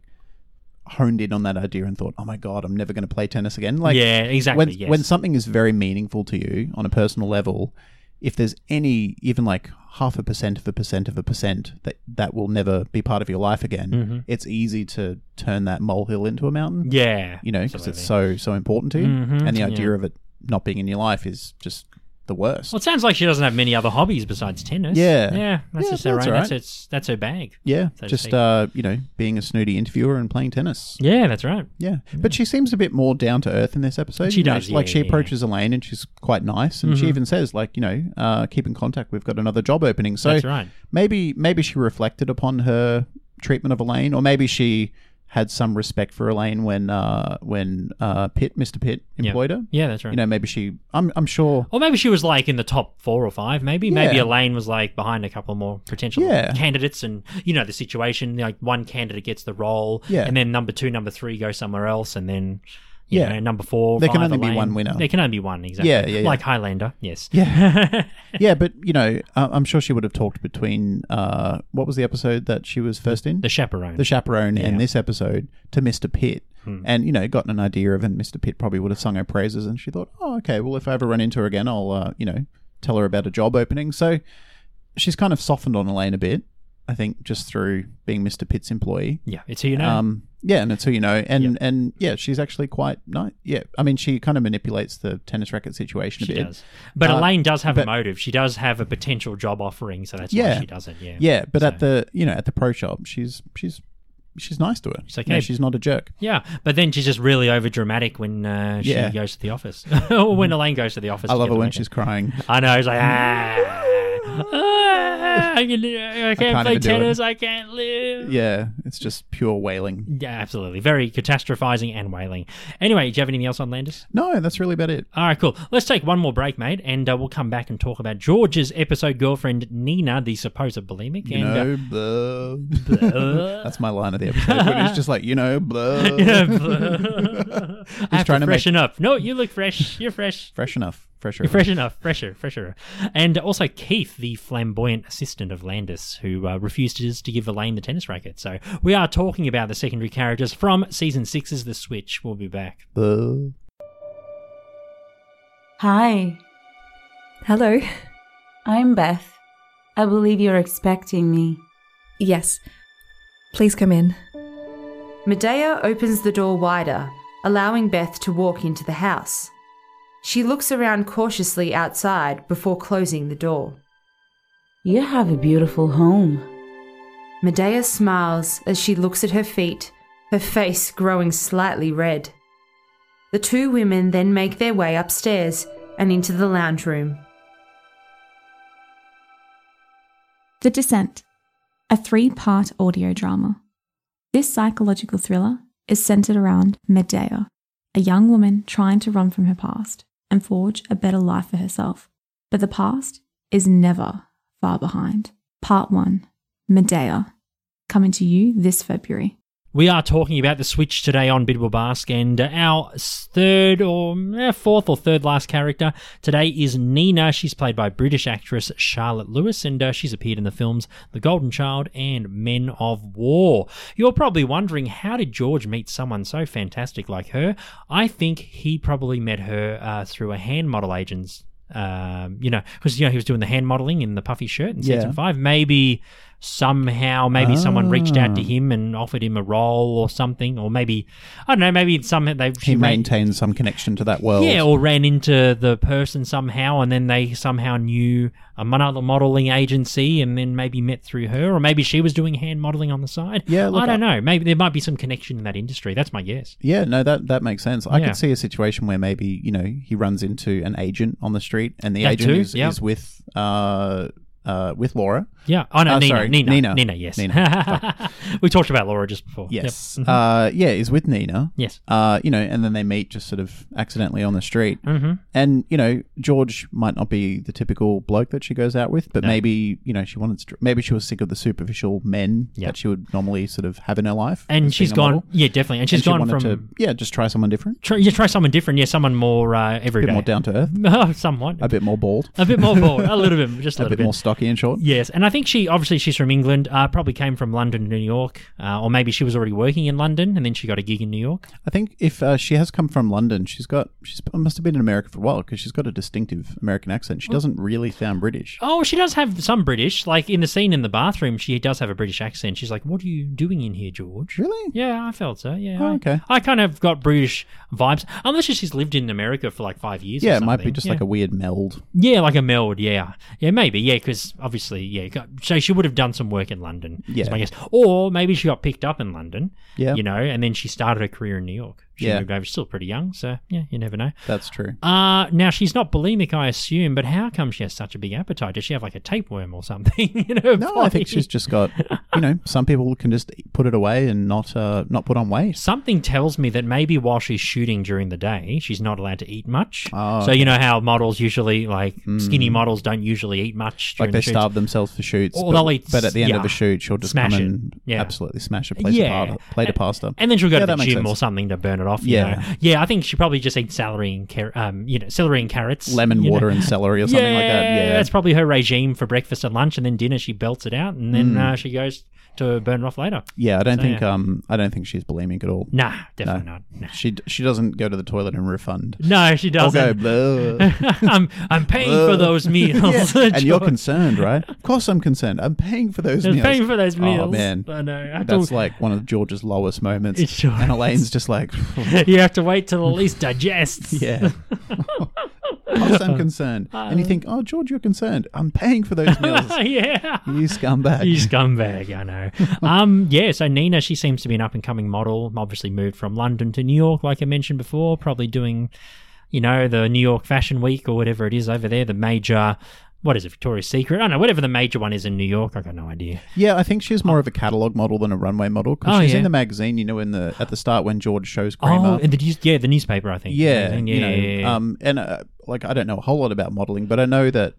honed in on that idea and thought, oh my god, I'm never going to play tennis again. Like Yeah, exactly, When yes. when something is very meaningful to you on a personal level, if there's any even like half a percent of a percent of a percent that that will never be part of your life again, it's easy to turn that molehill into a mountain. Mm-hmm. Yeah. Mm-hmm, You know, because it's so so important to you, and the idea of it not being in your life is just the worst. Well, it sounds like she doesn't have many other hobbies besides tennis. Yeah. Yeah. That's Yeah, just her that's own. all That's right. it's that's her bag. yeah, so to just speak. uh, you know, being a snooty interviewer and playing tennis. Yeah, that's right. Yeah. But she seems a bit more down to earth in this episode. She you know, does, like yeah, she yeah, Mm-hmm. yeah. approaches Elaine and she's quite nice and she even says, like, you know, uh, keep in contact, we've got another job opening. So That's right. maybe maybe she reflected upon her treatment of Elaine, or maybe she had some respect for Elaine when uh when uh Pitt, Mr. Pitt Yeah. employed her. Yeah, that's right. You know, maybe she I'm I'm sure Or maybe she was like in the top four or five. Maybe maybe Yeah. Elaine was like behind a couple more potential Yeah. candidates, and you know the situation. Like one candidate gets the role, Yeah. and then number two, number three go somewhere else, and then you Yeah. know, number four. There can five, only be Elaine. one winner. There can only be one exactly. Yeah, yeah, yeah. Like Highlander, yes. Yeah. yeah, but you know, I- I'm sure she would have talked between uh what was the episode that she was first in? The chaperone. the chaperone and this episode to Mr. Pitt. Hmm. And you know, gotten an idea of, and Mr. Pitt probably would have sung her praises. And she thought, oh, okay, well, if I ever run into her again, I'll, uh, you know, tell her about a job opening. So she's kind of softened on Elaine a bit, I think, just through being Mr. Pitt's employee. Yeah, it's who you know. Um, yeah, and it's who you know, and Yeah. and yeah, she's actually quite nice. Yeah, I mean, she kind of manipulates the tennis racket situation a she bit. does. But uh, Elaine does have a but- motive. She does have a potential job offering, so that's why Yeah. she does it. Yeah. Yeah, but at So- the you know at the pro shop, she's she's she's nice to her. She's like, no, "Hey." she's not a jerk. Yeah, but then she's just really over dramatic when uh, she Yeah. goes to the office, or when Elaine goes to the office. I to love get her the when makeup. she's crying. I know. It's like, ah, ah, I, can, I can't can't play even do it. tennis. I can't live. Yeah, it's just pure wailing. Yeah, absolutely. Very catastrophizing and wailing. Anyway, do you have anything else on Landis? No, that's really about it. All right, cool. Let's take one more break, mate, and uh, we'll come back and talk about George's episode girlfriend Nina, the supposed bulimic. You and, uh, know, blah. that's my line of the episode. When it's just like you know, blah. I have trying to to make- freshen up. No, you look fresh. You're fresh. Fresh enough, fresher. You're fresh enough, fresher, fresher. And also Keith, the flamboyant assistant of Landis, who uh, refuses to give Elaine the tennis racket. So we are talking about the secondary characters from season six's The Switch. We'll be back. Blah. Hi, Hello. I'm Beth. I believe you're expecting me. Yes. Please come in. Medea opens the door wider, allowing Beth to walk into the house. She looks around cautiously outside before closing the door. You have a beautiful home. Medea smiles as she looks at her feet, her face growing slightly red. The two women then make their way upstairs and into the lounge room. The Descent, a three part audio drama. This psychological thriller is centered around Medea, a young woman trying to run from her past and forge a better life for herself. But the past is never far behind. Part 1 Medea, coming to you this February. We are talking about the Switch today on Bidwell Bask, and uh, our s- third or eh, fourth or third last character today is Nina. She's played by British actress Charlotte Lewis, and uh, she's appeared in the films The Golden Child and Men of War. You're probably wondering how did George meet someone so fantastic like her? I think he probably met her uh, through a hand model agent's. Um, you know, because you know he was doing the hand modeling in the puffy shirt in Yeah. season five. Maybe somehow, maybe someone reached out to Ah. him and offered him a role or something, or maybe I don't know, maybe some they He she ran- maintains some connection to that world. yeah, or ran into the person somehow, and then they somehow knew another modeling agency, and then maybe met through her, or maybe she was doing hand modeling on the side. Yeah, look, I don't know. Maybe there might be some connection in that industry. That's my guess. Yeah, no, that that makes sense. I Yeah. could see a situation where maybe you know he runs into an agent on the street, and the That agent too, is, yeah. is with uh, uh, with Laura. Yeah. Oh no, Ah, Nina, sorry. Nina, Nina, Nina. yes. Nina. we talked about Laura just before. Yep. Yes, Mhm. uh, yeah, is with Nina. Yes. uh, you know, and then they meet just sort of accidentally on the street. Mhm. And you know, George might not be the typical bloke that she goes out with, but No. maybe you know she wanted, to, maybe she was sick of the superficial men Yeah. that she would normally sort of have in her life. And as she's being a gone. model. Yeah, definitely. And And she's she gone wanted from. to, yeah, just try someone different, Try, yeah, try someone different. Yeah, someone more uh, a everyday. bit more down to earth, Oh, somewhat. a bit more bald, A bit more bored. A little bit. Just a a little bit, bit. more stocky and short. Yes, and I think she obviously she's from England. Uh, probably came from London, New York, uh, or maybe she was already working in London and then she got a gig in New York. I think if uh, she has come from London, she's got she's must have been in America for a while because she's got a distinctive American accent. She doesn't really sound British. Oh, she does have some British. Like in the scene in the bathroom, she does have a British accent. She's like, "What are you doing in here, George?" Really? Yeah, I felt so. Yeah. Oh, I- okay. I, kind of got British vibes, unless she's lived in America for like five years. or Yeah, it might be something. just Yeah. like a weird meld. Yeah, like a meld. Yeah, yeah, maybe. Yeah, because obviously, yeah. co- So she would have done some work in London. is Yeah. my guess. Or maybe she got picked up in London. Yeah. you know, and then she started her career in New York. She Yeah. moved over. She's still pretty young, so yeah, you never know. That's true. Uh now she's not bulimic, I assume, but how come she has such a big appetite? Does she have like a tapeworm or something? you know, No, I think she's just got. You know, some people can just put it away and not uh, not put on weight. Something tells me that maybe while she's shooting during the day, she's not allowed to eat much. Oh, Hmm. so you know how models usually, like skinny models, don't usually eat much. During Like they the shoots? starve themselves for shoots, Or but, they'll eat- but at the end of yeah. a shoot, she'll just Smash come it. and Yeah. absolutely smash a plate of pasta. Plate of pasta. And then she'll go Yeah, to that the makes gym sense. or something to burn it it off. Yeah. You know? Yeah, I think she probably just eats celery and, car- um, you know, celery and carrots. Lemon you know. water and celery or something like that. Yeah. that's probably her regime for breakfast and lunch, and then dinner she belts it out, and Mm. then uh, she goes to burn it off later. yeah, I don't So, think yeah. um I don't think she's bulimic at all. Nah, definitely not. Nah. She d- she doesn't go to the toilet and refund. No, she I'll doesn't. go. "Bleh." I'm I'm paying for those meals. and you're George. concerned, right? Of course, I'm concerned. I'm paying for those I'm meals. paying for those meals. Oh man, I know. I that's don't- like one of George's lowest moments. It sure and Elaine's just like, you have to wait till the least digests. yeah. of course, I'm concerned. and you think, oh, George, you're concerned. I'm paying for those meals. yeah. you scumbag. You scumbag, I know. Um, yeah, so Nina, she seems to be an up and coming model. Obviously, moved from London to New York, like I mentioned before. Probably doing, you know, the New York Fashion Week or whatever it is over there. The major, what is it, Victoria's Secret? I don't know, whatever the major one is in New York. I got no idea. Yeah, I think she's more of a catalog model than a runway model because Oh, she's yeah. in the magazine. You know, in the at the start when George shows Oh, Kramer. and the, news- yeah, the newspaper, I think. yeah, yeah, you know, yeah, yeah. um, and uh, like I don't know a whole lot about modeling, but I know that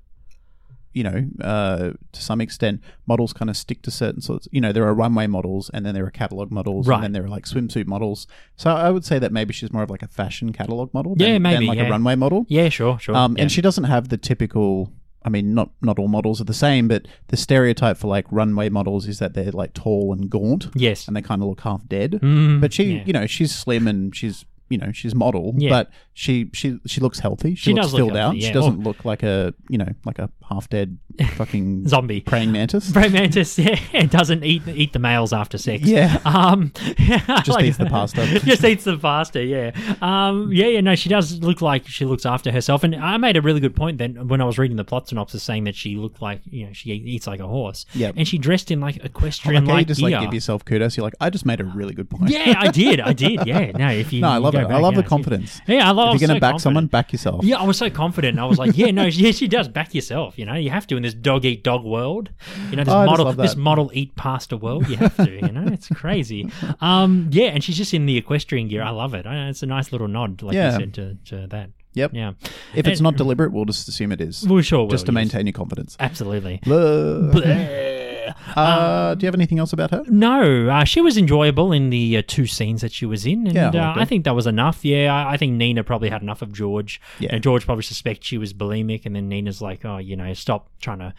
you know uh, to some extent models kind of stick to certain sorts. You know, there are runway models, and then there are catalog models, Right. and then there are like swimsuit models. So I would say that maybe she's more of like a fashion catalog model, Yeah, than, maybe, than like yeah. a runway model. yeah, sure, sure. Um, yeah. And she doesn't have the typical. I mean, not not all models are the same, but the stereotype for like runway models is that they're like tall and gaunt, Yes. and they kind of look half dead. Mm, but she, yeah. you know, she's slim and she's you know she's model, Yeah. but she she she looks healthy. She, She looks does look filled out. healthy, yeah. Oh. She doesn't look like a you know like a half dead fucking Zombie. praying mantis. Praying mantis yeah, doesn't eat eat the males after sex. Yeah. Um, just eats the pasta. just eats the pasta. Yeah. Um, yeah. Yeah. No, she does look like she looks after herself. And I made a really good point then when I was reading the plot synopsis, saying that she looked like you know she eats like a horse. Yep. And she dressed in like Like, equestrian how you like just gear. like give yourself kudos. You're like, I just made a really good point. yeah, I did. I did. Yeah. No, if you No, I you love go it. I back, love yeah, the it's- confidence. Yeah, I love. I if was you're gonna so back someone, confident. back yourself. Yeah, I was so confident. I was like, yeah, no, yeah, she does back yourself. You know, you have to in this dog eat dog world. You know, this Oh, I just model, love that. this model eat pasta world. You have to. You know, it's crazy. Um, yeah, and she's just in the equestrian gear. I love it. I, it's a nice little nod, like Yeah. you said to, to that. Yep. Yeah. If it's And- not deliberate, we'll just assume it is. Well, sure. just well, to yes. maintain your confidence. Absolutely. Blah. Bleh. Uh, do you have anything else about her? No, uh, she was enjoyable in the uh, two scenes that she was in, and Yeah, I uh, liked I her. think that was enough. Yeah, I, I think Nina probably had enough of George. Yeah. And George probably suspects she was bulimic, and then Nina's like, "Oh, you know, stop trying to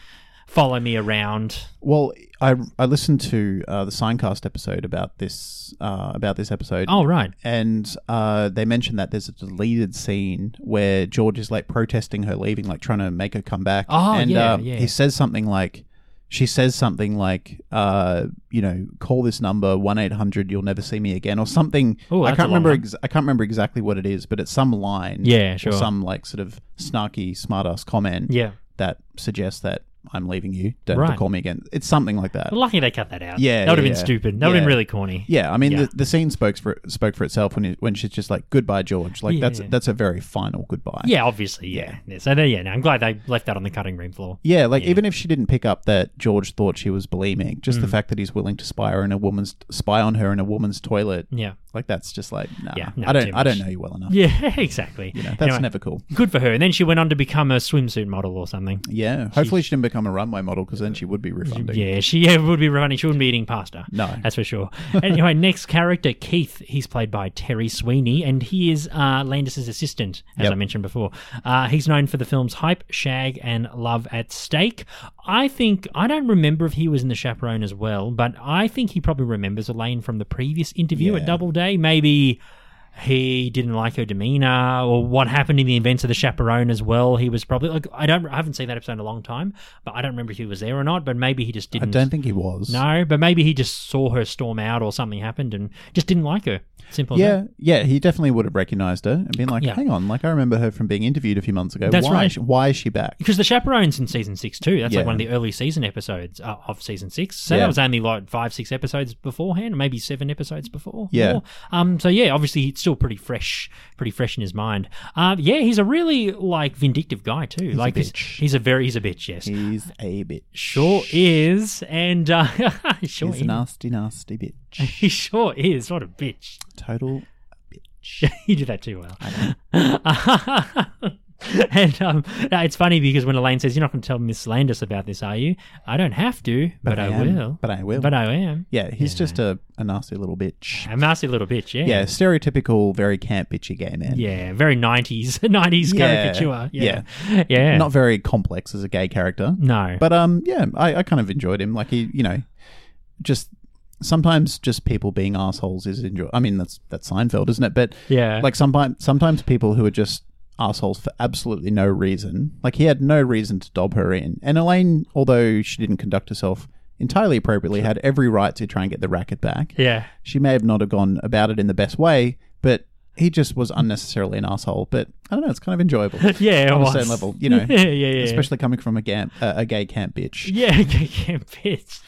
follow me around." Well, I I listened to uh, the Signcast episode about this uh, about this episode. Oh, right. and uh, they mentioned that there's a deleted scene where George is like protesting her leaving, like trying to make her come back. Oh, and, yeah, um, yeah. He says something like, she says something like, uh, you know, call this number one eight hundred, you'll never see me again, or something. Ooh, I that's can't a long remember. one. Ex- I can't remember exactly what it is, but it's some line. Yeah, or sure. some like sort of snarky, smartass comment. Yeah. that suggests that I'm leaving you. Don't have to Right. call me again. It's something like that. Well, lucky they cut that out. Yeah, that would have yeah, been yeah. stupid. That would have Yeah. been really corny. Yeah, I mean Yeah. The, the scene spoke for spoke for itself when it, when she's just like goodbye George, like that's Yeah. that's a very final goodbye. Yeah, obviously. Yeah. yeah. So there, yeah. No, I'm glad they left that on the cutting room floor. Yeah, like even if she didn't pick up that George thought she was bulimic, just the Mm. fact that he's willing to spy her in a woman's spy on her in a woman's toilet, Yeah. like that's just like nah. Mm. Yeah, no, I too don't I don't much. know you well enough. Yeah, exactly. You know, that's Anyway, never cool. Good for her. And then she went on to become a swimsuit model or something. Yeah, hopefully she didn't become a runway model because then she would be refunding. Yeah, she yeah, would be running. She wouldn't be eating pasta. No. That's for sure. anyway, next character, Keith. He's played by Terry Sweeney, and he is uh, Landis's assistant, as Yep. I mentioned before. Uh, he's known for the films Hype, Shag, and Love at Stake. I think, I don't remember if he was in The Chaperone as well, but I think he probably remembers Elaine from the previous interview Yeah. at Doubleday. Maybe he didn't like her demeanor or what happened in the events of the chaperone as well he was probably like i don't i haven't seen that episode in a long time but i don't remember if he was there or not but maybe he just I didn't don't think he was. no but maybe he just saw her storm out or something happened and just didn't like her simple as Yeah, yeah, he definitely would have recognized her and been like, Yeah. "Hang on, like I remember her from being interviewed a few months ago. That's why? right. Is she, why is she back?" because the chaperones in season six too. That's Yeah. like one of the early season episodes uh, of season six. So Yeah. that was only like five, six episodes beforehand, maybe seven episodes before. Yeah. More. Um. So yeah, obviously it's still pretty fresh, pretty fresh in his mind. Uh, yeah, he's a really like vindictive guy too. like a he's- bitch. he's a very he's a bitch. Yes. He's a bitch. Sure is, and uh, sure He's is. a nasty, nasty bitch. He sure is. What a bitch. Total. you did that too well. and um, no, it's funny because when Elaine says, "You're not going to tell Miss Landis about this, are you?" I don't have to, but, I, am. will. But I will. But I am. yeah, he's just a, a nasty little bitch. A mousy little bitch. Yeah. Yeah, stereotypical, very camp bitchy gay man. Yeah, very 90s, 90s Yeah. caricature. Yeah. Yeah. yeah. Not very complex as a gay character. no. But um, yeah, I, I kind of enjoyed him. Like he, you know, just sometimes just people being assholes is enjoy. I mean, that's that's Seinfeld, isn't it? But Yeah. like sometimes sometimes people who are just assholes for absolutely no reason. Like he had no reason to dob her in, and Elaine, although she didn't conduct herself entirely appropriately, had every right to try and get the racket back. yeah. She may have not have gone about it in the best way, but he just was unnecessarily an asshole. But I don't know, it's kind of enjoyable. Yeah, it on was. a certain level, you know. Yeah, yeah, yeah. Especially coming from a, gam- uh, a gay camp bitch. Yeah, yeah, bitch.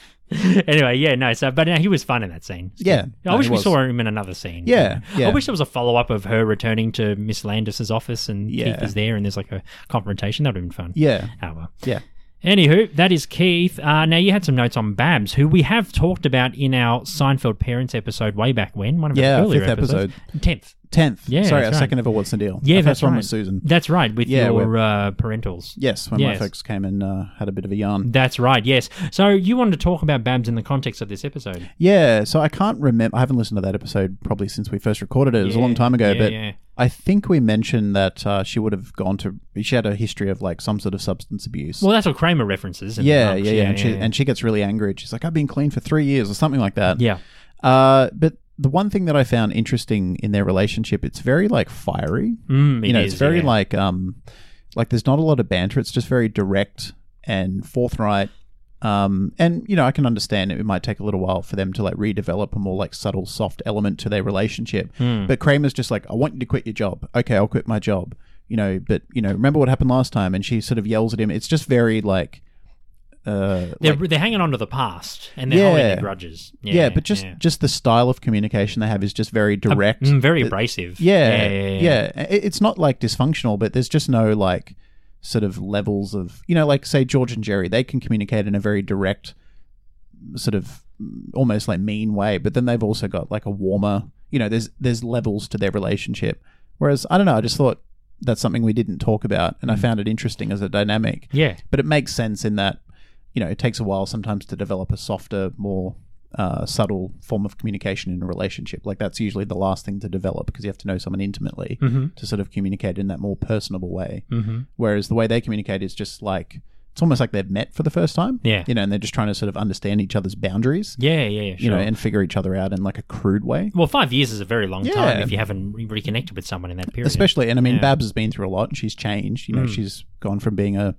Anyway, yeah, no. So, but uh, he was fun in that scene. Yeah, I no, wish he we was. saw him in another scene. Yeah, yeah. I wish there was a follow up of her returning to Miss Landis's office and Yeah. Keith is there and there's like a confrontation. That would have been fun. Yeah, Ah, well. yeah. Anywho, that is Keith. Uh, now, you had some notes on Babs, who we have talked about in our Seinfeld Parents episode way back when, one of Yeah, our earlier fifth episodes. Tenth. Tenth. Yeah, sorry, our that's right. second ever What's the Deal? Yeah, Our first that's one right. was Susan. That's right, with Yeah, your we're- uh, parentals. yes, when Yes. my folks came and uh, had a bit of a yarn. That's right, yes. So, you wanted to talk about Babs in the context of this episode. Yeah, so I can't remember. I haven't listened to that episode probably since we first recorded it. It was a long time ago, yeah, but yeah. I think we mentioned that uh, she would have gone to. She had a history of like some sort of substance abuse. Well, that's what Kramer references. in the yeah, books. yeah, yeah, and she yeah. and she gets really angry. She's like, "I've been clean for three years" or something like that. Yeah. Uh, but the one thing that I found interesting in their relationship, it's very like fiery. Mm, you know, it it's is, very yeah. like um, like there's not a lot of banter. It's just very direct and forthright. Um, and you know, I can understand it. It might take a little while for them to like redevelop a more like subtle, soft element to their relationship. Hmm. But Kramer's just like, I want you to quit your job. Okay, I'll quit my job. You know, but you know, remember what happened last time? And she sort of yells at him. It's just very like, uh, they're, like- they're hanging on to the past and they're holding Yeah. their grudges. Yeah, yeah, but just yeah. just the style of communication they have is just very direct. Mm, very The- abrasive. yeah, yeah, yeah. yeah. It- It's not like dysfunctional, but there's just no like sort of levels of you know, like say George and Jerry, they can communicate in a very direct, sort of mm, almost like mean way, but then they've also got like a warmer. You know, there's there's levels to their relationship. Whereas I don't know, I just thought that's something we didn't talk about, and I found it interesting as a dynamic. Mm. Yeah. But it makes sense in that, you know, it takes a while sometimes to develop a softer, more uh, subtle form of communication in a relationship. Like that's usually the last thing to develop because you have to know someone intimately Mm-hmm. to sort of communicate in that more personable way. Mm-hmm. Whereas the way they communicate is just like it's almost like they've met for the first time. Yeah. You know, and they're just trying to sort of understand each other's boundaries. Yeah, yeah, yeah, sure. You know, and figure each other out in like a crude way. well, five years is a very long time Yeah. if you haven't re- reconnected with someone in that period. especially and i mean Yeah. Hmm. babs has been through a lot and she's changed you know she's gone from being a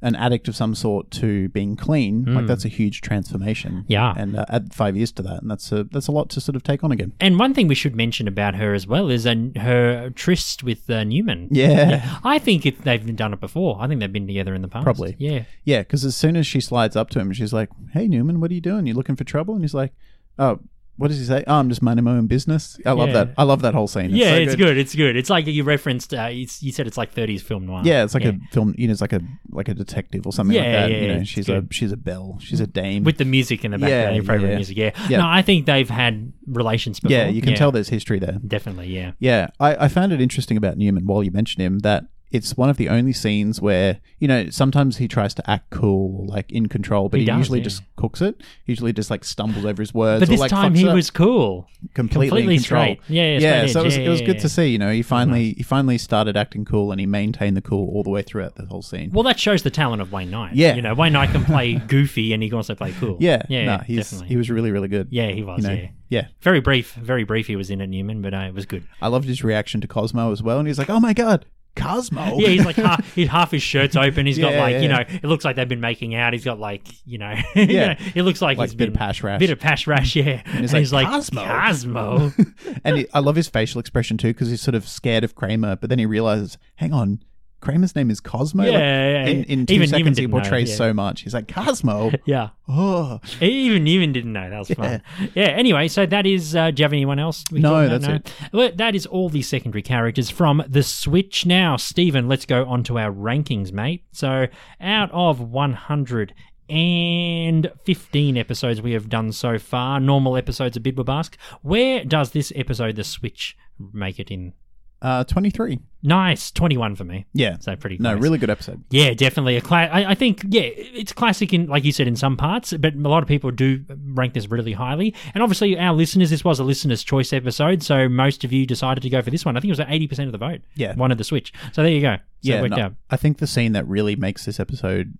an addict of some sort to being clean like that's a huge transformation Hmm. Yeah. and uh, add five years to that and that's a that's a lot to sort of take on again And one thing we should mention about her as well is uh, her tryst with uh, Newman. yeah I think it, they've done it before. I think they've been together in the past. Probably. Yeah. yeah because as soon as she slides up to him she's like hey newman what are you doing you looking for trouble and he's like oh what does he say? Oh, I'm just minding my own business. I love Yeah. that. I love that whole scene. It's yeah, so it's good. It's good. It's like you referenced. Uh, it's, you said it's like 30s film noir. Yeah, it's like a film. You know, it's like a like a detective or something like Yeah, that. yeah, you know, it's she's good. a she's a belle. She's a dame. with the music in the Yeah, background, yeah, yeah, program yeah. music. Yeah. Yeah. no, I think they've had relations before. yeah, you can tell there's history there. Definitely, yeah. Yeah, I, I found it interesting about Newman while you mentioned him that it's one of the only scenes where, you know, sometimes he tries to act cool, like in control, but He he, does, usually yeah. just cooks it. He usually just like stumbles over his words. But or, this like, time fucks he up was cool. completely, completely in control. straight. Yeah, yeah, straight so it edge. was Yeah, it was yeah, good yeah. Uh-huh. to see. You know, he finally he finally started acting cool and he maintained the cool all the way throughout the whole scene. Well, that shows the talent of Wayne Knight. Yeah. you know, Wayne Knight can play goofy and he can also play cool. yeah, yeah, nah, he's, definitely. he was really really good. Yeah, he was. you know, yeah. yeah. Very brief, very brief. He was in at Newman, but uh, it was good. I loved his reaction to Cosmo as well, and he's like, "Oh my god, Cosmo!" Yeah, he's like half, he's half his shirt's open. He's got Yeah, like you yeah. know, it looks like they've been making out. He's got like you know, you Yeah. know, it looks like, Like he's bit of been- pash rash. bit of pash rash. Yeah, and he's he's, like, like, Cosmo, "Cosmo." Cosmo. and he, I love his facial expression too because he's sort of scared of Kramer, but then he realizes, hang on, Kramer's name is Cosmo. Yeah, Like, yeah, yeah. In, in two Even Newman seconds, he didn't know, portrays yeah. so much. He's like Cosmo. yeah, Oh, Even even didn't know that was fun. Yeah. Anyway, so that is. Uh, do you have anyone else? we No, thought about? that's it. Well, that is all the secondary characters from the Switch. Now, Stephen, let's go on to our rankings, mate. So, out of one hundred and fifteen episodes we have done so far, normal episodes of Bidwabask, where does this episode, the Switch, make it in Uh, 23. Nice, twenty-one for me. Yeah. so pretty. No, close. really good episode. Yeah, definitely a class. I, I think yeah, it's classic in like you said in some parts, but a lot of people do rank this really highly. And obviously, our listeners, this was a listeners' choice episode, so most of you decided to go for this one. I think it was eighty percent of the vote. Yeah. wanted the switch. So there you go. So yeah, it worked no, out. I think the scene that really makes this episode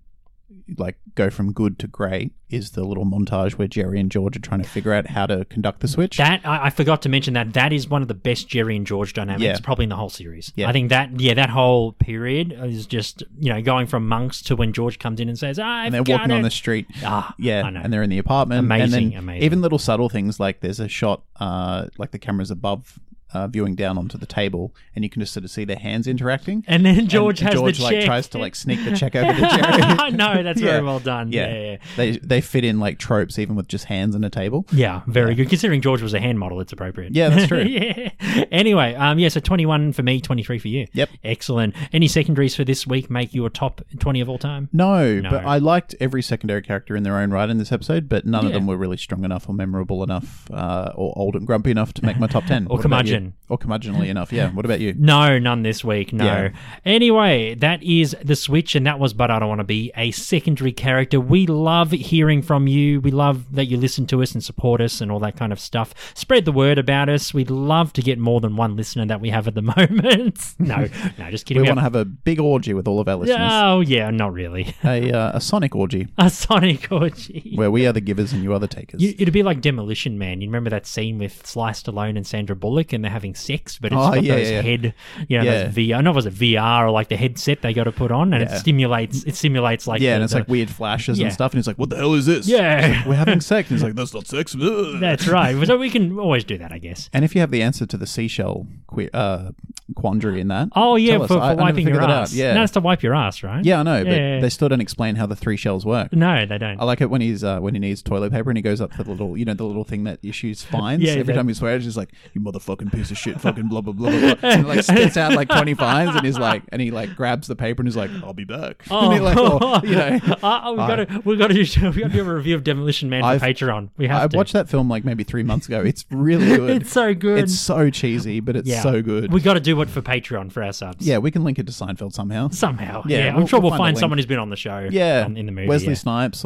like go from good to great is the little montage where Jerry and George are trying to figure out how to conduct the switch. That I, I forgot to mention that that is one of the best Jerry and George dynamics Yeah. probably in the whole series. Yeah. I think that yeah that whole period is just you know going from monks to when George comes in and says i and they're walking on the street. Ah, yeah, I know. and they're in the apartment. and Amazing, then amazing. Even little subtle things like there's a shot, uh, like the camera's above, uh, viewing down onto the table, and you can just sort of see their hands interacting. And then George has the George like check. tries to like sneak the check over to Jerry. no, that's Yeah. very well done. Yeah, yeah, yeah. they they fit in like tropes even with just hands and a table. Yeah, very good. Considering George was a hand model, it's appropriate. Yeah, that's true. yeah. Anyway, um, yeah, so 21 for me, 23 for you. Yep. Excellent. Any secondaries for this week make your top 20 of all time? No, No. but I liked every secondary character in their own right in this episode, but none of Yeah. them were really strong enough or memorable enough uh, or old and grumpy enough to make my top 10. Or What about you? curmudgeon. Or curmudgeonly enough, yeah. What about you? No, none this week. No. Yeah. Anyway, that is the switch, and that was But I Don't Want to Be a secondary character. We love hearing from you. We love that you listen to us and support us and all that kind of stuff. Spread the word about us. We'd love to get more than one listener that we have at the moment. no, no, just We kidding. want to have a big orgy with all of our listeners. Oh, yeah, not really. A, uh, a sonic orgy A Sonic orgy. where we are the givers and you are the takers. You, it'd be like Demolition Man. You remember that scene with Sliced Alone and Sandra Bullock, and they're having sex, but it's Oh, got yeah, those yeah. head, you know, Yeah. those VR. Not was it VR or like the headset they got to put on, and Yeah. it stimulates. It simulates like yeah, the- and it's the- like weird flashes Yeah. and stuff, and he's like, "What the hell is this?" Yeah. It's like, we're having sex. And he's like, "That's not sex." Ugh." That's right. So we can always do that, I guess. And if you have the answer to the seashell que- uh, quandary in that, Oh yeah, tell for, for us. I- I never wiping your figured that out. ass. Yeah, No, it's to wipe your ass, right? yeah, I know, but Yeah. they still don't explain how the three shells work. No, they don't. I like it when he's uh, when he needs toilet paper and he goes up to the little you know the little thing that issues fines. Yeah, Every that- time he swears, he's like, "You motherfucking piece of shit, fucking blah blah blah blah." blah. And he, like spits out like twenty fines, and he's like, and he like grabs the paper and he's like, "I'll be back." and he like, or, you know, Uh, oh, we got to we got to we got to do a review of Demolition Man I've- for Patreon. We have I to. watched that film like maybe three months ago. It's really good. It's so good. It's so cheesy, but it's Yeah. so good. We got to do it for Patreon for our subs. yeah, we can link it to Seinfeld somehow. Somehow, Yeah, yeah, we'll- I'm sure we'll we'll, find a find link. someone who's been on the show. Yeah, on- in the movie, Wesley yeah. Snipes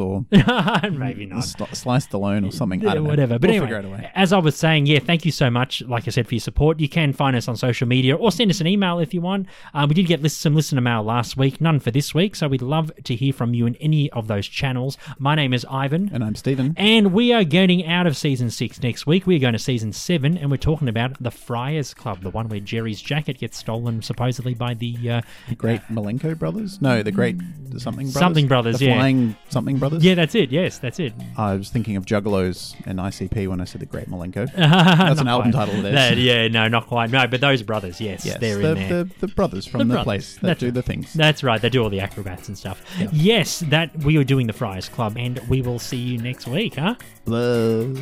or maybe not. Sl- Sliced Alone or something. I Yeah, don't know. whatever. But we'll anyway, figure it away. as I was saying, yeah, thank you so much, like I said, for your support. You can find us on social media or send us an email if you want. Uh, we did get list- some listener mail last week, none for this week, so we'd love to hear from you in any of those channels. My name is Ivan. And I'm Stephen. And we are getting out of season six next week. We're going to season seven, and we're talking about the Friars Club, the one where Jerry's jacket gets stolen supposedly by the uh, Great Malenko Brothers? No, the Great Something Brothers. Something Brothers, the yeah. Flying Something Brothers? yeah, that's it. Yes, that's it. I was thinking of Juggalos and ICP when I said the Great Malenko. That's an album title of theirs. That- yeah, no, not quite. No, but those brothers, yes, Yes, they're the, in there. The, the brothers from The the, brothers. place that That's do right. the things. That's right. They do all the acrobats and stuff. Yes, that we are doing the Friars Club, and we will see you next week, huh? Blah.